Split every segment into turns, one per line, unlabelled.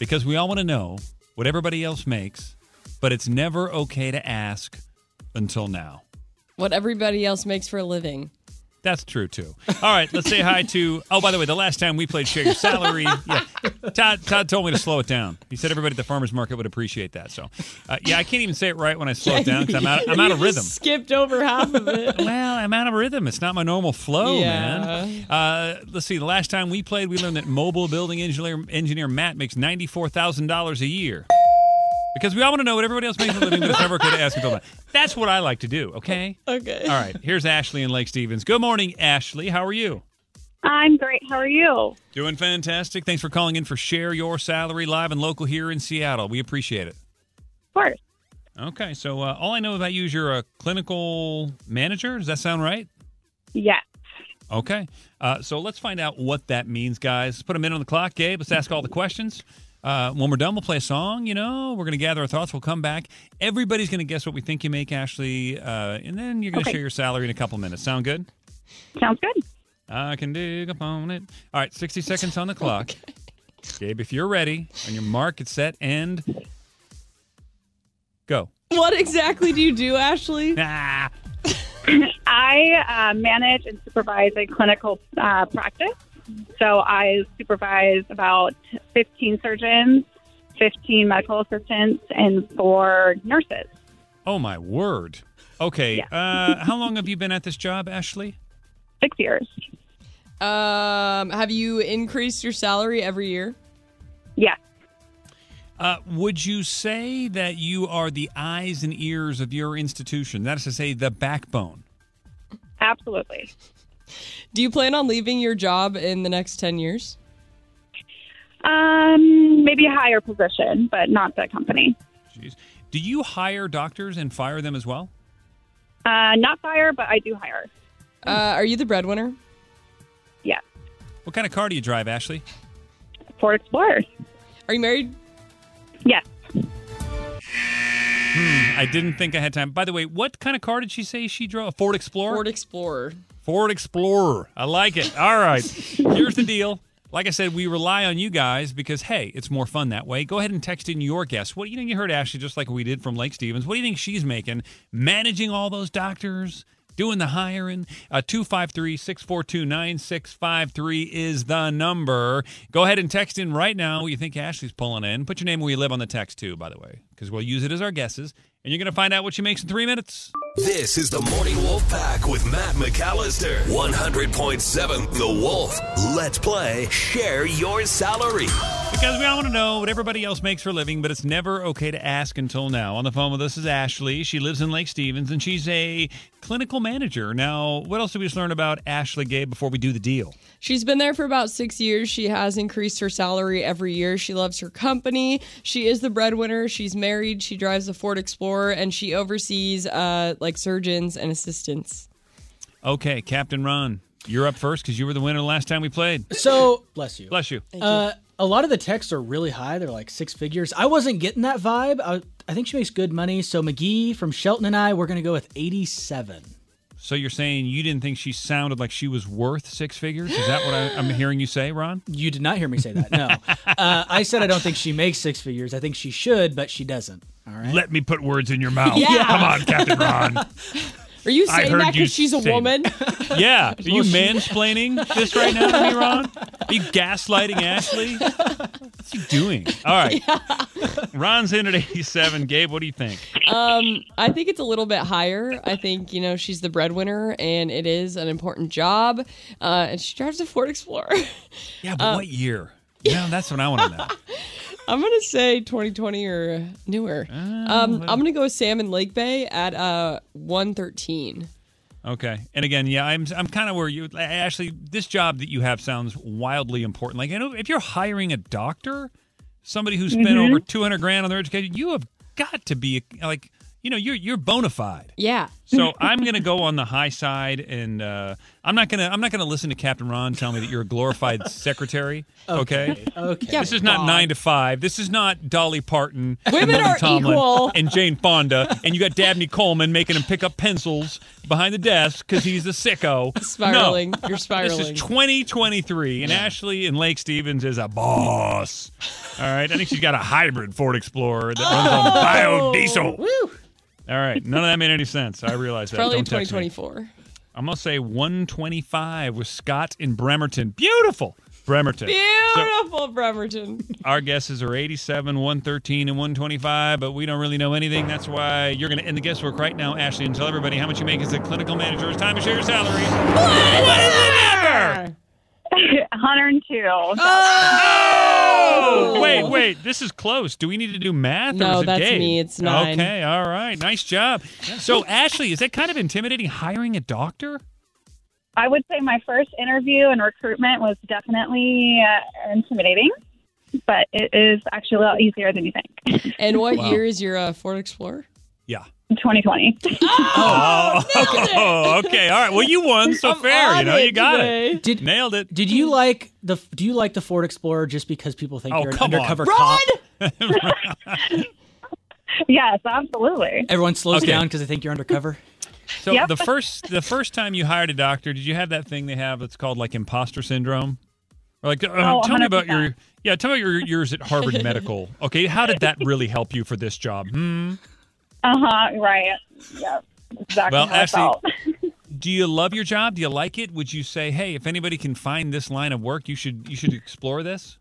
because we all want to know what everybody else makes, but it's never okay to ask until now.
What everybody else makes for a living.
That's true too. All right, let's say hi to. Oh, by the way, the last time we played Share Your Salary, yeah, Todd, Todd told me to slow it down. He said everybody at the farmers market would appreciate that. So, uh, yeah, I can't even say it right when I slow it down because I'm out. I'm out of
You just
rhythm.
Skipped over half of it.
Well, I'm out of rhythm. It's not my normal flow, man. Uh, let's see. The last time we played, we learned that mobile building engineer, engineer Matt makes ninety-four thousand dollars a year. Because we all want to know what everybody else makes for a living, but it's never okay to ask until now. That's what I like to do. Okay.
Okay.
All right. Here's Ashley in Lake Stevens. Good morning, Ashley. How are you?
I'm great. How are you?
Doing fantastic. Thanks for calling in for Share Your Salary live and local here in Seattle. We appreciate it.
Of course.
Okay. So uh, all I know about you is you're a clinical manager. Does that sound right?
Yes.
Okay. Uh, so let's find out what that means, guys. Let's put a minute on the clock, Gabe. Let's ask all the questions. Uh, when we're done, we'll play a song. You know, we're going to gather our thoughts. We'll come back. Everybody's going to guess what we think you make, Ashley. Uh, and then you're going to
Okay.
share your salary in a couple minutes. Sound good?
Sounds good.
I can dig upon it. All right, 60 seconds on the clock. Gabe, if you're ready, on your mark, it's set, and go.
What exactly do you do, Ashley?
Ah.
I uh, manage and supervise a clinical uh, practice. So I supervise about 15 surgeons, 15 medical assistants, and four nurses.
Oh, my word. Okay. Uh, how long have you been at this job, Ashley?
Six years.
Um, have you increased your salary every year?
Yes.
Uh, would you say that you are the eyes and ears of your institution? That is to say, the backbone.
Absolutely.
Do you plan on leaving your job in the next 10 years?
Um, maybe a higher position, but not the company.
Jeez. Do you hire doctors and fire them as well?
Uh, not fire, but I do hire.
Hmm.
Uh, are you the breadwinner?
Yes.
What kind of car do you drive, Ashley?
Ford Explorer.
Are you married?
Yes.
I didn't think I had time. By the way, what kind of car did she say she drove? A Ford Explorer?
Ford Explorer.
Ford Explorer. I like it. All right. Here's the deal. Like I said, we rely on you guys because hey, it's more fun that way. Go ahead and text in your guess. What do you think you heard Ashley just like we did from Lake Stevens? What do you think she's making? Managing all those doctors, doing the hiring. Uh 253-642-9653 is the number. Go ahead and text in right now what you think Ashley's pulling in. Put your name and where you live on the text too, by the way, because we'll use it as our guesses. And you're gonna find out what she makes in three minutes.
This is the Morning Wolf Pack with Matt McAllister. 100.7 The Wolf. Let's play Share Your Salary.
Because we all want to know what everybody else makes for a living, but it's never okay to ask until now. On the phone with us is Ashley. She lives in Lake Stevens and she's a clinical manager. Now, what else did we just learn about Ashley Gabe before we do the deal?
She's been there for about six years. She has increased her salary every year. She loves her company. She is the breadwinner. She's married. She drives a Ford Explorer and she oversees uh, like surgeons and assistants.
Okay, Captain Ron, you're up first because you were the winner last time we played.
So bless you.
Bless you.
Uh, a lot of the texts are really high. They're like six figures. I wasn't getting that vibe. I, I think she makes good money. So McGee from Shelton and I, we're gonna go with eighty-seven.
So you're saying you didn't think she sounded like she was worth six figures? Is that what I, I'm hearing you say, Ron?
You did not hear me say that. No, uh, I said I don't think she makes six figures. I think she should, but she doesn't. All right.
Let me put words in your mouth.
Yeah.
Come on, Captain Ron.
Are you
I
saying
heard
that
you
because she's a
say that.
woman?
Yeah. Are you mansplaining this right now to me, Ron? Are you gaslighting Ashley? What's he doing? All right. Ron's in at 87. Gabe, what do you think?
Um, I think it's a little bit higher. I think you know she's the breadwinner, and it is an important job. Uh, and she drives a Ford Explorer.
Yeah, but what year? Yeah, that's what I want to know.
I'm gonna say 2020 or newer.
Ah,
um, I'm gonna go with Sam and Lake Bay at uh 113.
Okay. And again, yeah, I'm I'm kind of where you Ashley, this job that you have sounds wildly important. Like, you know, if you're hiring a doctor, somebody who spent over 200 grand on their education, you have got to be like, you know, you're you're bona fide.
Yeah.
So I'm going to go on the high side, and uh, I'm not going to I'm not going to listen to Captain Ron tell me that you're a glorified secretary. Okay.
Okay.
Yeah.
This is not
Bob.
nine to five. This is not Dolly Parton, and
Women
Lily
are
Tomlin
equal.
and Jane Fonda, and you got Dabney Coleman making him pick up pencils behind the desk because he's a sicko.
Spiraling.
No.
You're
This
spiraling.
is 2023, and Ashley and Lake Stevens is a boss. All right, I think she's got a hybrid Ford Explorer that runs on biodiesel. All right, none of that made any sense. I realize that.
Probably
Don't text me.
2024.
I'm gonna say 125 with Scott in Bremerton. Beautiful, Bremerton. So-
Beautiful Bremerton.
our guesses are 87, 113, and 125, but we don't really know anything. That's why you're going to end the guesswork right now, Ashley, and tell everybody how much you make as a clinical manager. It's time to share your salary. What is the number?
102.
Oh! Wait, wait. This is close. Do we need to do math?
No,
or is it
that's
Gabe?
me. It's nine.
Okay, all right. Nice job. So, Ashley, is that kind of intimidating hiring a doctor?
I would say my first interview and recruitment was definitely uh, intimidating, but it is actually a lot easier than you think.
And what
Wow.
year is your uh, Ford Explorer?
2020.
Oh, okay. All right. Well, you won, so fair. You know, you got it.
Did
Nailed it.
did you like the do you like the Ford Explorer just because people think
Oh,
you're an
come on.
undercover
Run!
cop?
Yes, absolutely.
Everyone slows
Okay.
down because they think you're undercover.
So
Yep.
the first the first time you hired a doctor, did you have that thing they have that's called like imposter syndrome? Or like, uh,
Oh,
tell me about
100%.
your yeah, tell me about your years at Harvard Medical. Okay, how did that really help you for this job? Hmm.
Uh huh. Right. Yep. Exactly.
Well,
how I
Ashley-
felt.
Do you love your job? Do you like it? Would you say, hey, if anybody can find this line of work, you should you should explore this?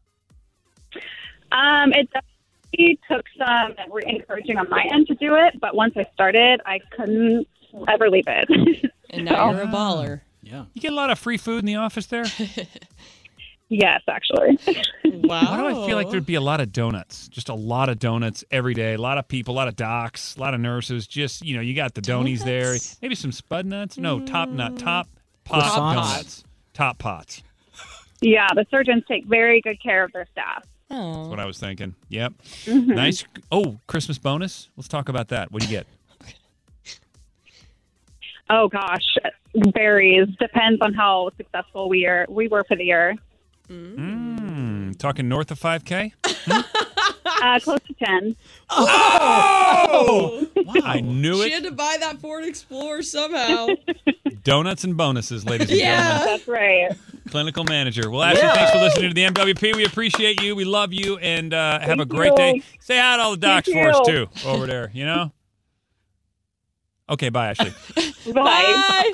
Um, it definitely took some re- encouraging on my end to do it, but once I started, I couldn't ever leave it.
And now you're a baller.
Yeah.
You get a lot of free food in the office there.
yes, actually.
Wow.
Why do I feel like
Oh.
there'd be a lot of donuts? Just a lot of donuts every day. A lot of people, a lot of docs, a lot of nurses. Just you know, you got the donies there.
Donuts? Mm.
Maybe some spud nuts. No, top nut, top pot
Croissants.
donuts, top pots.
yeah, the surgeons take very good care of their staff.
Oh.
What I was thinking. Yep.
Mm-hmm.
Nice. Oh, Christmas bonus. Let's talk about that. What do you get?
Oh gosh, it varies. Depends on how successful we are. We were for the year.
Hmm, talking north of five k.
Uh, close to ten.
Oh, I knew
She
it.
had to buy that Ford Explorer somehow.
Donuts and bonuses, ladies and gentlemen.
yeah.
That's right.
clinical manager. Well, Ashley, thanks for listening to the MWP. We appreciate you. We love you, and uh, have a great
you.
day. Say hi to all the docs
Thank
for us too
you.
over there. You know. Okay, bye, Ashley.
Bye.
Bye.